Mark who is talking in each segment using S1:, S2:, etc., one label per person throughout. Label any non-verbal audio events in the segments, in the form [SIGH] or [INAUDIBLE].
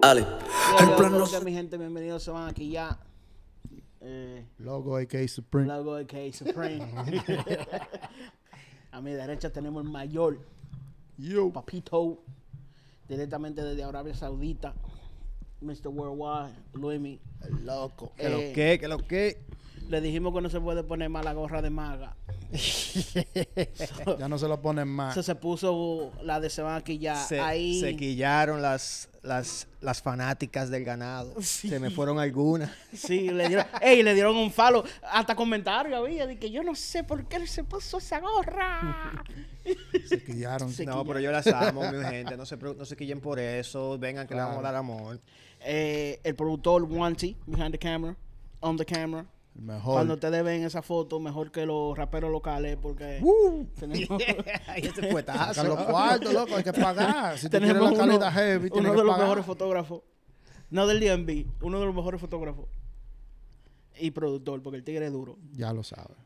S1: Dale. El plan no-
S2: mi gente, bienvenidos. Se van aquí ya. Eh,
S3: Logo AK Supreme.
S2: logo de K
S4: [LAUGHS]
S2: Supreme. A mi derecha tenemos el mayor
S3: Yo.
S2: Papito, directamente desde Arabia Saudita. Mr. Worldwide, Luimi.
S3: El loco.
S4: ¿Qué
S2: Eh,
S4: lo que? ¿Qué lo que?
S2: Le dijimos que no se puede poner más la gorra de
S4: [LAUGHS]
S2: maga.
S3: Ya no se lo ponen más.
S2: Eso se puso la de se van aquí ya.
S4: Se,
S2: Ahí.
S4: se quillaron las, las, las fanáticas del ganado. Se me fueron algunas.
S2: Sí, le dieron, ey, le dieron un falo. Hasta comentario había de que yo no sé por qué él se puso esa gorra.
S3: Se quillaron.
S4: No, pero yo las amo, mi gente. No se, preo- no se quillen por eso. Vengan que le vamos a dar amor.
S2: Eh, el productor Wanty, behind the camera, on the camera.
S3: El mejor.
S2: Cuando ustedes ven esa foto, mejor que los raperos locales, porque
S4: [LAUGHS]
S2: tenemos,
S4: Ay, ese fuetazo.
S3: Sacan los cuartos, loco. Hay que pagar. Si tú quieres
S2: tenemos
S3: la
S2: uno,
S3: calidad heavy,
S2: uno
S3: tienes
S2: de
S3: que
S2: los
S3: pagar.
S2: mejores fotógrafos. No del DMV, uno de los mejores fotógrafos. Y productor, porque el tigre es duro.
S3: Ya lo sabes.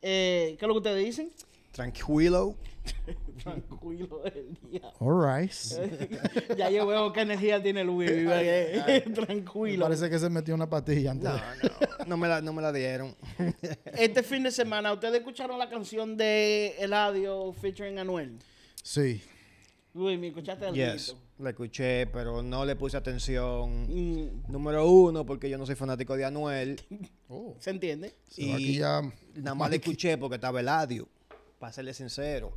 S2: Eh, ¿Qué es lo que ustedes dicen?
S4: Tranquilo.
S2: [LAUGHS] Tranquilo el día.
S3: All right.
S2: ya yo veo qué energía tiene Luis. ¿verdad? [LAUGHS]
S3: Me
S2: Tranquilo.
S3: Parece que se metió una patilla antes.
S4: No,
S3: de-
S4: no. No me la, no me la dieron.
S2: Este fin de semana, ¿ustedes escucharon la canción de Eladio featuring Anuel?
S3: Sí.
S2: Luis, ¿me escuchaste el
S4: Yes. La escuché, pero no le puse atención.
S2: Mm,
S4: Número uno, porque yo no soy fanático de Anuel.
S3: Oh.
S2: ¿Se entiende?
S3: Se va aquí ya-
S4: Nada más le escuché porque estaba Eladio. Para serle sincero.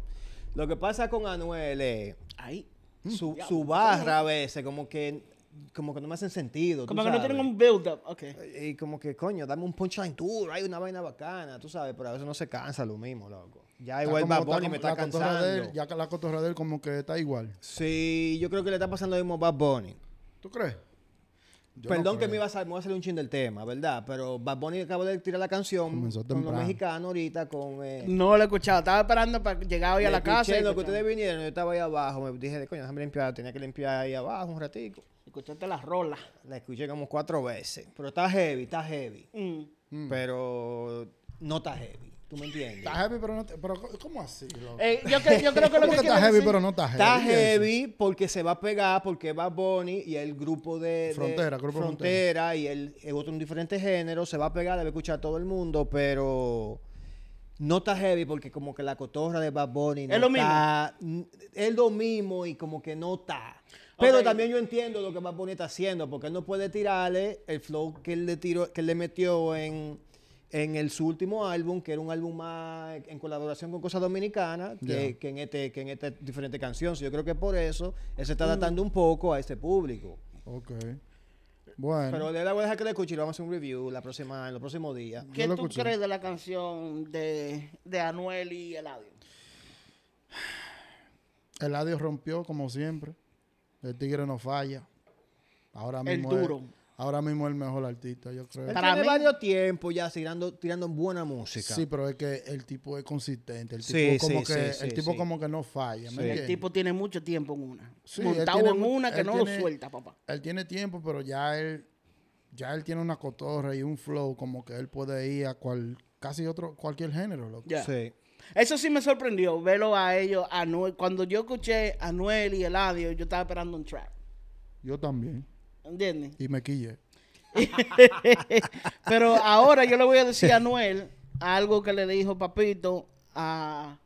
S4: Lo que pasa con Anuel es
S2: Ahí.
S4: su, su barra a veces, como que, como que no me hacen sentido. tú
S2: Como que no
S4: sabes.
S2: tienen un build-up. Ok.
S4: Y como que, coño, dame un punchline tour, hay una vaina bacana, tú sabes, pero a veces no se cansa lo mismo, loco. Ya
S3: está
S4: igual
S3: como-
S4: Bad
S3: está
S4: Bunny
S3: como
S4: me está
S3: la cotorra de él,
S4: cansando.
S3: Ya que la cotorra de él como que está igual.
S4: Sí, yo creo que le está pasando lo mismo a Bad Bunny.
S3: ¿Tú crees? Yo no
S4: Perdón que
S3: creo.
S4: me, iba a, sal- me voy a salir un chin del tema, ¿verdad? Pero Bad Bunny acaba de tirar la canción
S3: Comenzó
S4: con los
S3: temprano.
S4: mexicanos ahorita, con... eh,
S2: No lo he escuchado. Estaba esperando para llegar hoy a
S4: le
S2: la casa.
S4: escuché
S2: y
S4: lo que
S2: escuchamos.
S4: ustedes vinieron, yo estaba ahí abajo, me dije, coño, déjame limpiar, tenía que limpiar ahí abajo un ratico.
S2: Escuchaste las rolas.
S4: La escuché como cuatro veces, pero está heavy, está heavy,
S2: Mm.
S4: pero no está heavy, ¿tú me entiendes?
S3: Está heavy, pero no. te- Pero, ¿cómo así, loco?
S2: Eh, yo, cre- yo creo que lo
S3: ¿Cómo
S2: que
S3: que está
S2: quiere
S3: heavy,
S2: decir-
S3: pero no está heavy?
S4: Está
S3: ¿Qué es eso?
S4: heavy porque se va a pegar, porque va Bonnie y el grupo de... de-
S3: Frontera, grupo
S4: Frontera. y el, el otro, un diferente género, se va a pegar, debe escuchar a todo el mundo, pero no está heavy porque como que la cotorra de Bad Bunny no
S2: Es lo
S4: está- n- Es lo mismo y como que no está. Pero
S2: Ok.
S4: también yo entiendo lo que Bad Bunny está haciendo, porque él no puede tirarle el flow que él le, tiró, que él le metió en... En el, su último álbum, que era un álbum más en colaboración con Cosa Dominicana, que,
S3: Ya.
S4: que en este que en esta diferente canción. So, Yo creo que por eso él
S3: Mm.
S4: se está adaptando un poco a este público.
S3: Ok. Bueno.
S4: Pero le voy a dejar que le escuche y vamos a hacer un review la próxima, en los próximos días.
S2: ¿Qué
S3: lo
S2: tú
S3: escuché.
S2: crees de la canción de, de Anuel y Eladio?
S3: Eladio rompió como siempre. El tigre no falla. Ahora
S2: El
S3: mismo es-
S2: duro.
S3: ahora mismo es el mejor artista, yo creo.
S4: Él
S2: Para
S4: tiene
S2: mí-
S4: varios tiempos ya tirando, tirando buena música.
S3: Sí, pero es que el tipo es consistente. El
S4: Sí,
S3: tipo, como,
S4: sí,
S3: que,
S4: sí,
S3: el
S4: sí,
S3: tipo
S4: sí.
S3: como que no falla. ¿me
S4: Sí.
S2: El
S3: entiendes?
S2: tipo tiene mucho tiempo en una.
S3: Sí, él
S2: Montado
S3: tiene
S2: en
S3: mu-
S2: una que
S3: él
S2: no lo
S3: tiene-
S2: suelta, papá.
S3: Él tiene tiempo, pero ya él, ya él tiene una cotorra y un flow como que él puede ir a cual, casi otro, cualquier género, loco.
S2: Ya.
S4: Sí.
S2: Eso sí me sorprendió, verlo a ellos, a Anuel. Cuando yo escuché a Anuel y Eladio, yo estaba esperando un track.
S3: Yo también.
S2: ¿Entiendes?
S3: Y me quillé.
S2: [LAUGHS] Pero ahora yo le voy a decir a Anuel algo que le dijo Papito a,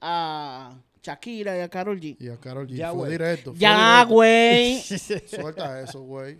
S2: a Shakira y a Karol G.
S3: Y a Carol G.
S4: Ya,
S3: fue
S4: güey.
S3: directo. fue
S2: Ya,
S3: directo. [LAUGHS]
S2: güey.
S3: Suelta eso, güey.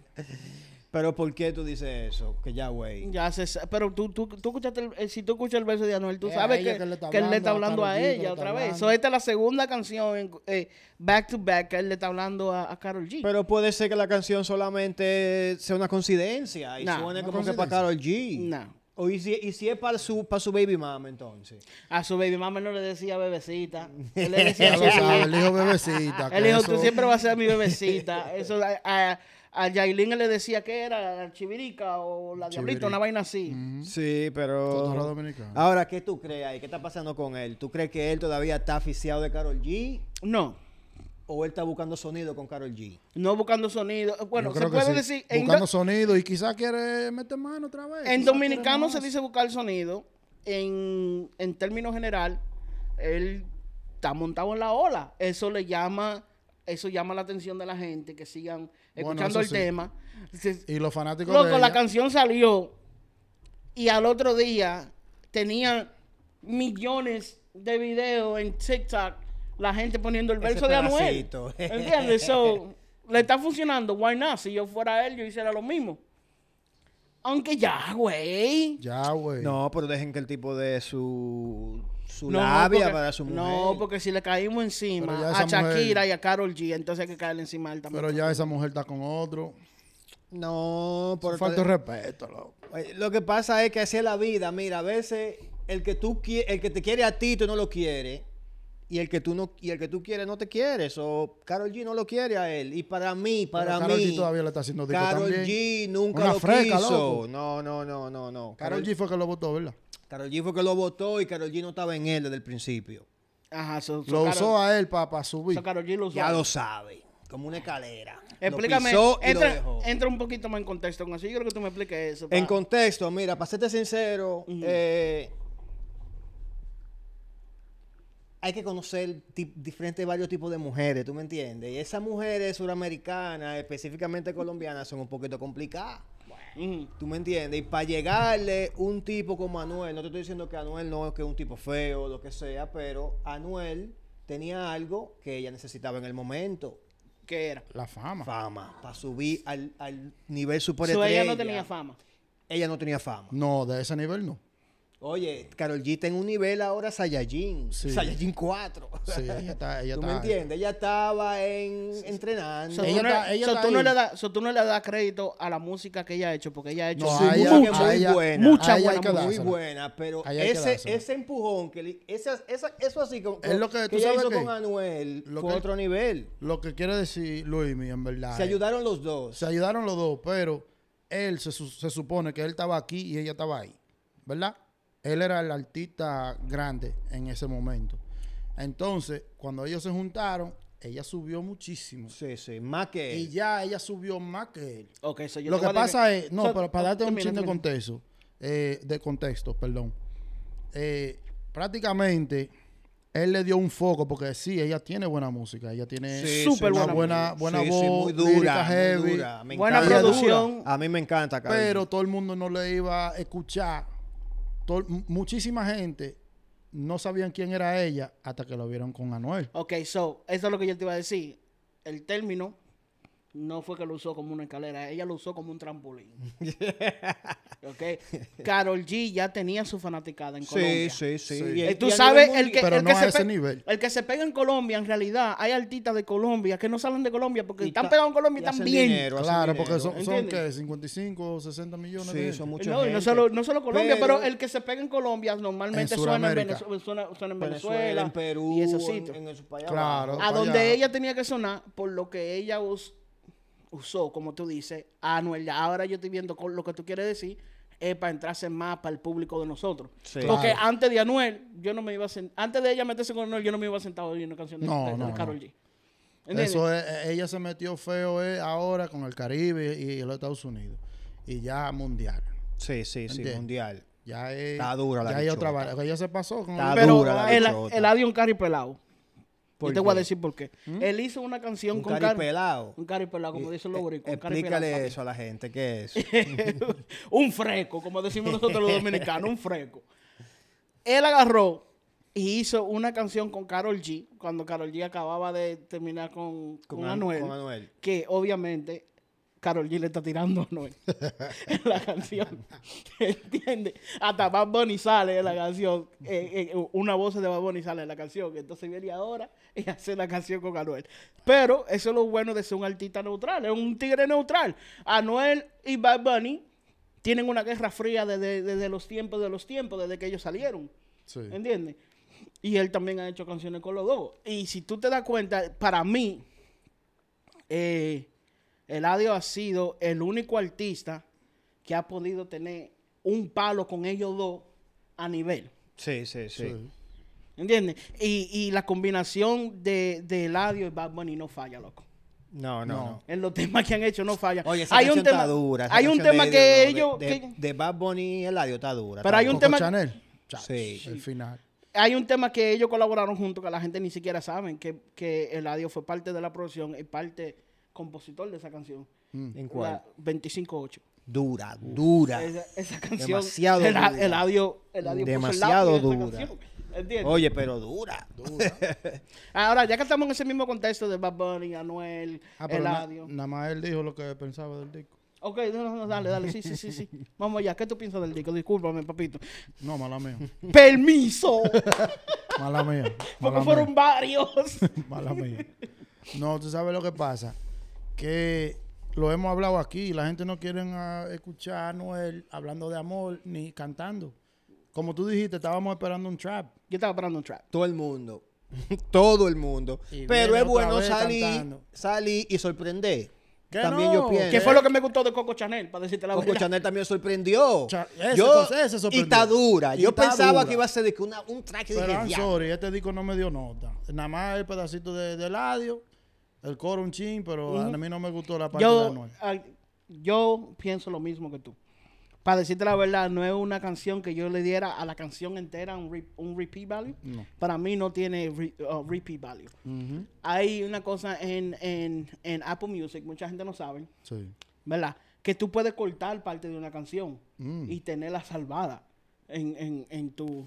S4: Pero ¿por qué tú dices eso? Que ya, güey.
S2: Ya se sa- pero tú, tú, tú escuchaste el- eh, si tú escuchas el verso de Anuel, tú
S3: Es a
S2: sabes
S3: Eh, ella
S2: que,
S3: que le está
S2: que él le está hablando
S3: hablando, a
S2: a
S3: Karol G que
S2: ella
S3: le está
S2: otra vez.
S3: hablando.
S2: So, esta es la segunda canción, en- eh, back to back, que él le está hablando a, a Karol G.
S4: Pero puede ser que la canción solamente sea una coincidencia y
S2: Nah,
S3: una
S4: suene como que para
S3: coincidencia.
S4: Carol G.
S2: No.
S4: O y si, y si es para su, para su baby mama, entonces.
S2: A su baby mama no le decía
S3: [LAUGHS]
S2: bebecita. Él le decía
S3: Ya
S2: [LAUGHS]
S3: lo
S2: su-
S3: sabe, el hijo bebecita. que
S2: Él dijo,
S3: Ah, eso-
S2: tú siempre vas a ser
S3: [LAUGHS]
S2: mi bebecita. Eso a, a, a Yailin él le decía que era la chivirica o la diablita,
S3: Chivirica. Mm.
S2: una vaina así.
S4: Sí,
S3: Cotorra
S4: pero.
S3: dominicana.
S2: Ah,
S4: Ahora, ¿qué tú crees ahí? ¿Qué está pasando con él? ¿Tú crees que él todavía está aficiado de Carol G?
S2: No,
S4: ¿O él está buscando sonido con Carol G?
S2: no buscando sonido. Bueno,
S3: Yo
S2: se
S3: creo que
S2: puede
S3: sí.
S2: decir, en,
S3: Buscando
S2: do-
S3: sonido y quizás quiere meter mano otra vez.
S2: en
S3: quizás
S2: dominicano
S3: quiere
S2: se
S3: más.
S2: dice buscar sonido. En, en términos general, él está montado en la ola. Eso le llama eso llama la atención de la gente, que sigan
S3: Bueno,
S2: escuchando
S3: eso
S2: el
S3: sí.
S2: tema. Se-
S3: Y los fanáticos de
S2: Loco, la
S3: ella-
S2: canción salió y al otro día tenía millones de videos en TikTok, la gente poniendo el
S4: Ese
S2: verso de Anuel.
S3: [LAUGHS]
S4: pedacito.
S2: ¿Entiendes? So, le está funcionando, why not? Si yo fuera él, yo hiciera lo mismo. Aunque ya, güey.
S3: Ya, güey.
S4: No, pero dejen que el tipo de su, su
S2: No,
S4: labia
S2: porque-
S4: para su mujer.
S2: No, porque si le caímos
S3: Pero
S2: encima
S3: ya
S2: a
S3: esa mujer-
S2: Shakira y a Carol G, entonces hay que caerle encima a él también.
S3: Pero ya esa mujer está con otro.
S4: No, por
S3: Falta de respeto, loco.
S4: Oye, Eh, Lo que pasa es que así es la vida. Mira, a veces el que tú qui- el que te quiere a ti, tú no lo quieres. Y el que tú no y el que tú quieres no te quieres. O Carol G no lo quiere a él. Y para mí, para
S3: Pero Karol
S4: mí.
S3: G todavía le está haciendo disco
S4: Karol
S3: también.
S4: G nunca
S3: Una
S4: lo
S3: fresca,
S4: quiso.
S3: loco.
S4: No, no, no, no, no.
S3: Karol G fue que lo votó, ¿verdad?
S4: Karol G fue que lo votó y Carol G no estaba en él desde el principio.
S2: Ajá, so, so
S3: Lo
S2: Karol-
S3: usó a él para subir.
S2: so Karol G lo usó.
S4: Ya lo sabe. Como una escalera. Lo
S2: Explícame,
S4: pisó y lo
S2: entra,
S4: dejó.
S2: entra un poquito más en contexto con eso. Yo creo que tú me expliques eso. pa.
S4: En contexto, mira, para serte sincero, eh, hay que conocer ti- diferentes, varios tipos de mujeres, ¿tú me entiendes? Y esas mujeres suramericanas, específicamente colombianas, son un poquito complicadas.
S2: Ujú.
S4: ¿Tú me entiendes? Y para llegarle un tipo como Anuel, no te estoy diciendo que Anuel no es que es un tipo feo o lo que sea, pero Anuel tenía algo que ella necesitaba en el momento.
S2: ¿Qué era?
S3: La fama.
S4: Fama. Para subir al, al nivel
S2: So,
S4: superestrella.
S2: ella no tenía fama.
S4: Ella no tenía fama.
S3: No, de ese nivel no.
S4: Oye, Carol G está en un nivel ahora Saiyajin.
S3: Sí.
S4: Saiyajin 4.
S3: Sí, ella está. Ella
S4: [LAUGHS] ¿Tú
S3: está
S4: me entiendes? Ella estaba en, entrenando.
S2: So,
S3: Ella
S2: tú no-
S3: está- ella
S2: so,
S3: está
S2: tú no
S3: ahí.
S2: le das- so, tú no le das crédito a la música que ella ha hecho, porque ella ha hecho
S3: No,
S2: su-
S3: a ella-
S2: mucha,
S3: a ella-
S4: buena.
S2: mucha
S3: a ella hay
S2: buena
S3: que
S2: música.
S3: dar.
S4: Muy
S3: Dársela.
S4: buena, pero
S3: Ahí hay que
S4: ese,
S3: dársela.
S4: ese empujón, que le- esa- esa- eso así como,
S3: Es lo que- ¿tú
S4: ella
S3: sabes
S4: hizo
S3: qué?
S4: con Anuel
S3: Lo
S4: fue
S3: que-
S4: otro nivel.
S3: Lo que quiere decir Luismi, en verdad.
S4: Se
S3: es-
S4: ayudaron los dos.
S3: Se ayudaron los dos, pero él se, su- se supone que él estaba aquí y ella estaba ahí, ¿verdad? Él era el artista grande en ese momento. Entonces, cuando ellos se juntaron, ella subió muchísimo.
S4: Sí, sí, más que
S3: Y ya ella subió más que él.
S2: Ok, so yo
S3: Lo
S2: te
S3: que
S2: voy a decir-
S3: pasa es, no,
S2: so,
S3: pero para darte un
S2: termina,
S3: chin de
S2: termina.
S3: contexto, eh, de contexto, perdón. Eh, prácticamente, él le dio un foco porque sí, ella tiene buena música, ella tiene
S4: Sí,
S2: Súper
S3: una
S2: buena
S3: buena, buena
S4: Sí,
S3: voz,
S4: sí, muy
S3: lírica
S4: dura, muy
S3: heavy,
S4: dura. Me
S2: Buena
S4: encanta.
S2: producción.
S4: A mí me encanta, Karol G.
S3: pero todo el mundo no le iba a escuchar. Todo- m- muchísima gente no sabían quién era ella hasta que lo vieron con Anuel.
S2: Ok, so, eso es lo que yo te iba a decir. El término no fue que lo usó como una escalera, ella lo usó como un trampolín.
S3: [LAUGHS]
S2: ok. Carol G ya tenía su fanaticada en
S4: Sí,
S2: Colombia.
S4: sí, sí.
S3: Sí.
S4: Y-
S2: Eh,
S4: y
S2: tú
S4: a nivel
S2: sabes el
S4: mundial-
S2: que,
S3: Pero
S2: el
S3: no
S2: que
S3: a
S2: se
S3: ese
S2: pe-
S3: nivel.
S2: el que se pega en Colombia en realidad hay artistas de Colombia que no salen de Colombia porque
S4: Y
S2: están
S4: ta-
S2: pegados en Colombia
S4: y
S2: y están
S4: hacen
S2: bien
S4: dinero, hacen
S3: claro,
S4: dinero.
S3: porque son, son
S2: ¿Entiendes?
S3: ¿qué? 55 o 60 millones de
S4: Sí, son
S3: gente.
S4: mucha
S2: No, y no
S4: gente.
S2: solo, no solo Colombia, pero,
S4: Pero-
S2: el que se pega en Colombia normalmente
S3: En
S2: suena en,
S3: Sudamérica.
S2: Venezuela, suena, suena en
S4: Venezuela,
S2: Venezuela,
S4: en Perú,
S2: y esos
S4: en,
S2: sitios.
S4: en esos países.
S3: Claro.
S2: a
S3: para
S2: donde
S3: allá.
S2: ella tenía que sonar, por lo que ella us- usó, como tú dices, a Anuel. ya Ahora yo estoy viendo con lo que tú quieres decir, es para entrarse más para el público de nosotros.
S4: Sí.
S2: Porque
S3: Claro.
S2: antes de Anuel, yo no me iba a sen- antes de ella meterse con Anuel, yo no me iba a sentar a oír una canción de,
S3: No,
S2: de- de
S3: no,
S2: Karol
S3: no.
S2: G. ¿Entiendes?
S3: Eso es- eh, ella se metió feo eh, ahora con el Caribe y, y los Estados Unidos. Y ya mundial.
S4: Sí, sí, sí,
S3: ¿Entiendes?
S4: mundial.
S3: Ya es,
S4: Está dura la
S3: ya hay otra
S4: bichota.
S3: vara. Ella se pasó con
S4: Está
S3: el-
S2: Pero
S4: dura la
S2: el,
S4: bichota.
S2: el Adion Cari pelado. Yo
S4: ¿Por
S2: te voy a
S4: qué? ¿Mm?
S2: decir por qué. Él hizo una canción
S4: Un
S2: con
S4: cari
S2: Karol-
S4: pelado. e-
S2: Un cari pelado, como dicen los boricuas. un cari
S4: Explícale
S2: pelado,
S4: eso a la gente, ¿qué
S2: [LAUGHS]
S4: es?
S2: papi. [LAUGHS] un fresco, como decimos nosotros los dominicanos, un fresco. Él agarró y hizo una canción con Carol G, cuando Carol G acababa de terminar con, con,
S4: An-
S2: Anuel,
S4: Con Anuel.
S2: Que obviamente Carol G le está tirando a Anuel [LAUGHS] en la canción. [LAUGHS] ¿Entiendes? Hasta Bad Bunny sale en la canción. eh, eh, una voz de Bad Bunny sale en la canción. Entonces viene ahora y hace la canción con Anuel. Pero eso es lo bueno de ser un artista neutral. Es un tigre neutral. Anuel y Bad Bunny tienen una guerra fría desde, desde los tiempos de los tiempos, desde que ellos salieron.
S3: Sí.
S2: ¿Entiendes? Y él también ha hecho canciones con los dos. Y si tú te das cuenta, para mí, eh, Eladio ha sido el único artista que ha podido tener un palo con ellos dos a nivel.
S4: Sí, sí, sí.
S3: Sí.
S2: ¿Entiendes? Y, y la combinación de, de Eladio y Bad Bunny no falla, loco.
S4: No, no,
S3: No.
S4: no.
S2: En los [LAUGHS] temas que han hecho no falla.
S4: Oye, esa
S2: hay
S4: canción
S2: un tema,
S4: está dura. esa
S2: hay un
S4: canción
S2: tema
S4: de-
S2: que
S4: de-
S2: ellos...
S4: De,
S2: que-
S4: de Bad Bunny y Eladio está dura.
S2: Pero hay
S4: está
S2: un
S3: Coco
S2: tema-
S3: Chanel. Chach,
S4: Sí.
S3: El final.
S2: hay un tema que ellos colaboraron juntos que la gente ni siquiera sabe, que, que Eladio fue parte de la producción y parte compositor de esa canción.
S4: ¿En
S2: La
S4: cuál?
S2: 25-8.
S4: Dura, dura.
S2: Esa, esa canción.
S4: Demasiado
S2: el,
S4: dura.
S2: Eladio, Eladio puso el lápiz
S4: Demasiado
S2: en esa
S4: dura.
S2: canción, ¿entiendes?
S4: Oye, pero dura.
S2: [LAUGHS] Ahora, ya que estamos en ese mismo contexto de Bad Bunny, Anuel,
S3: Ah, pero na-
S2: Eladio.
S3: nada más él dijo lo que pensaba del disco.
S2: Ok, no, no, no, dale, dale, sí, sí, sí, sí. Vamos allá, ¿qué tú piensas del disco? Discúlpame, papito.
S3: No, mala mía.
S4: [LAUGHS]
S2: ¡Permiso!
S3: Mala mía.
S2: Porque
S3: Mala
S2: fueron
S3: mía.
S2: varios.
S3: Mala mía. No, tú sabes lo que pasa. Que lo hemos hablado aquí. La gente no quiere ah, escuchar a Noel hablando de amor ni cantando. Como tú dijiste, estábamos esperando un trap.
S2: Yo estaba parando un trap.
S4: Todo el mundo. [LAUGHS] Todo el mundo.
S3: Y
S4: pero
S3: viene
S4: es
S3: otra
S4: bueno
S3: vez
S4: salir,
S3: cantando.
S4: salir y sorprender.
S3: Que
S4: También
S3: no,
S4: yo pienso.
S2: ¿Qué fue lo que me gustó de Coco Chanel? Para decirte la
S4: Eh. Coco
S2: verdad.
S4: Chanel también sorprendió.
S3: Cha- ese
S4: yo,
S3: cos- ese sorprendió.
S4: Y está dura.
S3: Y
S4: Yo
S3: está
S4: pensaba
S3: dura.
S4: que iba a ser de que una- un track de
S3: Pero I'm
S4: diablo.
S3: sorry, este disco no me dio nota. Nada más el pedacito de, de Eladio, el coro un chin, pero a mí no me gustó la parte de
S2: yo,
S3: Anuel.
S2: ah, yo pienso lo mismo que tú. Para decirte la verdad, no es una canción que yo le diera a la canción entera un, re- un repeat value.
S3: No.
S2: Para mí no tiene re- uh, repeat value. Hay una cosa en, en, en Apple Music, mucha gente no sabe,
S3: Sí.
S2: ¿verdad? Que tú puedes cortar parte de una canción
S3: Mm.
S2: y tenerla salvada en, en, en tu,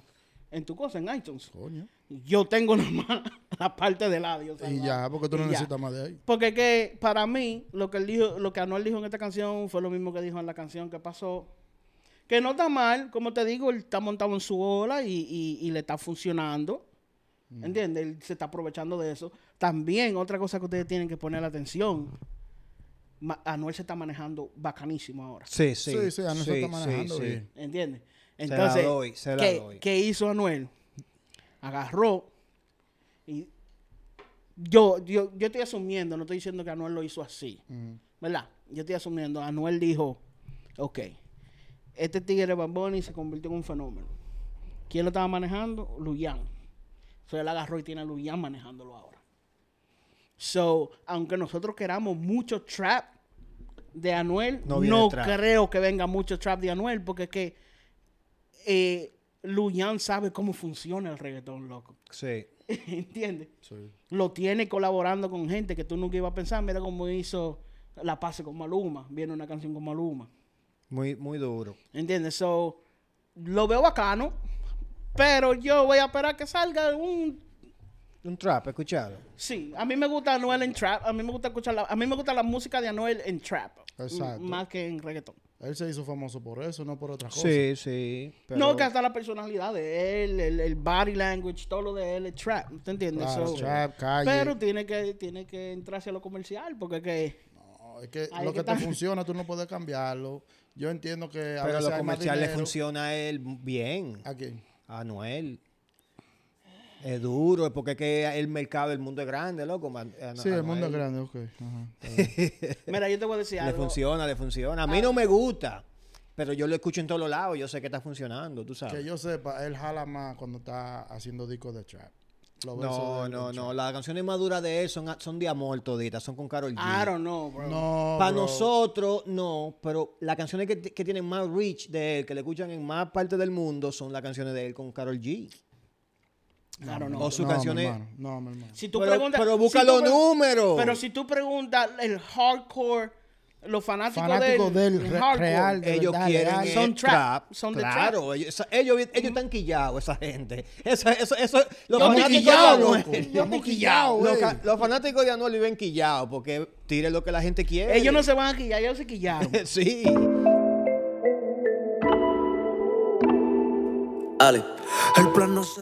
S2: en tu cosa, en iTunes.
S3: Coño.
S2: Yo tengo [LAUGHS] nomás la parte del audio.
S3: Y ya, porque tú no
S2: Y ya.
S3: necesitas más de ahí.
S2: Porque es que para mí, lo que él dijo, lo que Anuel dijo en esta canción fue lo mismo que dijo en la canción que pasó. Que no está mal, como te digo, él está montado en su ola y, y- y le está funcionando. ¿Entiendes? Él se está aprovechando de eso. También, otra cosa que ustedes tienen que poner atención. Ma- Anuel se está manejando bacanísimo ahora.
S4: Sí, sí.
S3: Sí, sí, Anuel se está manejando bien.
S2: ¿Entiendes?
S4: la
S2: Entonces,
S4: doy, se la
S2: ¿qué,
S4: doy.
S2: qué hizo Anuel? Agarró y yo, yo, yo estoy asumiendo, no estoy diciendo que Anuel lo hizo así, ¿verdad? Yo estoy asumiendo, Anuel dijo, ok, este tigre Bad Bunny se convirtió en un fenómeno. ¿Quién lo estaba manejando? Luyan. So, él agarró y tiene a Luyan manejándolo ahora. So, aunque nosotros queramos mucho trap de Anuel,
S4: No
S2: no,
S4: viene trap.
S2: creo que venga mucho trap de Anuel, porque es que eh, Luyan sabe cómo funciona el reggaetón, loco. [LAUGHS]
S4: Sí.
S2: ¿Entiendes?
S3: Sí.
S2: Lo tiene colaborando con gente que tú nunca ibas a pensar. Mira cómo hizo La Pase con Maluma. Viene una canción con Maluma.
S4: Muy, muy duro.
S2: ¿Entiendes? So, lo veo bacano, pero yo voy a esperar que salga un...
S4: Un trap, escuchado.
S2: Sí, a mí me gusta Anuel en trap, a mí me gusta escuchar la, a mí me gusta la música de Anuel en trap, m-
S3: Exacto.
S2: más que en reggaetón.
S3: Él se hizo famoso por eso, no por otra cosa.
S4: Sí, sí. pero-
S2: No, que hasta la personalidad de él, el, el body language, todo lo de él es trap, ¿te entiendes?
S3: Claro,
S2: So,
S3: trap, calle.
S2: Pero tiene que, tiene que entrarse a lo comercial, porque es que...
S3: No, es que
S2: Ahí
S3: lo
S2: que
S3: que te
S2: está.
S3: funciona tú no puedes cambiarlo. Yo entiendo que a
S4: Pero
S3: veces
S4: lo
S3: hay más
S4: comercial le
S3: dinero.
S4: funciona a él bien.
S3: Aquí.
S4: A Noel. Es duro, es porque es que el mercado, el mundo es grande, loco. man- a- a
S3: Sí, el mundo es
S4: Anuel
S3: grande, ok. Ajá, está bien.
S2: Mira, yo te voy a decir
S4: [LAUGHS] Le
S2: algo.
S4: funciona, le funciona. A mí no me gusta, pero yo lo escucho en todos los lados. Yo sé que está funcionando, tú
S3: que
S4: sabes.
S3: yo sepa, él jala más cuando está haciendo discos de trap. Los versos
S4: No,
S3: de-
S4: no,
S3: de
S4: no. Las canciones más duras de él son, son de amor toditas, son con Carol G.
S2: I don't know, bro.
S3: trap. Ah, No,
S4: Para
S3: bro.
S4: nosotros, no, pero las canciones que, que tienen más reach de él, que le escuchan en más partes del mundo, son las canciones de él con Carol G.
S2: I don't know.
S4: O sus
S3: No, mi
S4: canciones.
S3: hermano, No, mi hermano.
S2: Si tú
S4: Pero-
S2: preguntas,
S4: pero
S2: si
S4: busca
S2: tú
S4: los
S2: pre-
S4: números.
S2: Pero si tú preguntas el hardcore, los fanáticos
S3: Fanáticos
S2: del,
S3: del
S2: el
S3: re-
S2: hardcore,
S3: real. De
S4: Ellos
S3: verdad,
S4: quieren
S3: legal.
S4: eh,
S2: Son trap, son de
S4: claro, ellos, esa- ellos, ellos están quillados, esa gente. Eso, eso, eso,
S2: Yo
S4: los fanáticos de
S2: quillados,
S4: Anuel-
S2: loco.
S3: Estamos quillados,
S4: Los,
S3: güey.
S4: ca- los fanáticos de Anuel viven quillados porque tiren lo que la gente quiere. [LAUGHS]
S2: ellos no se van a quillar, ellos se quillaron.
S4: sí.
S1: Ale. El plan no se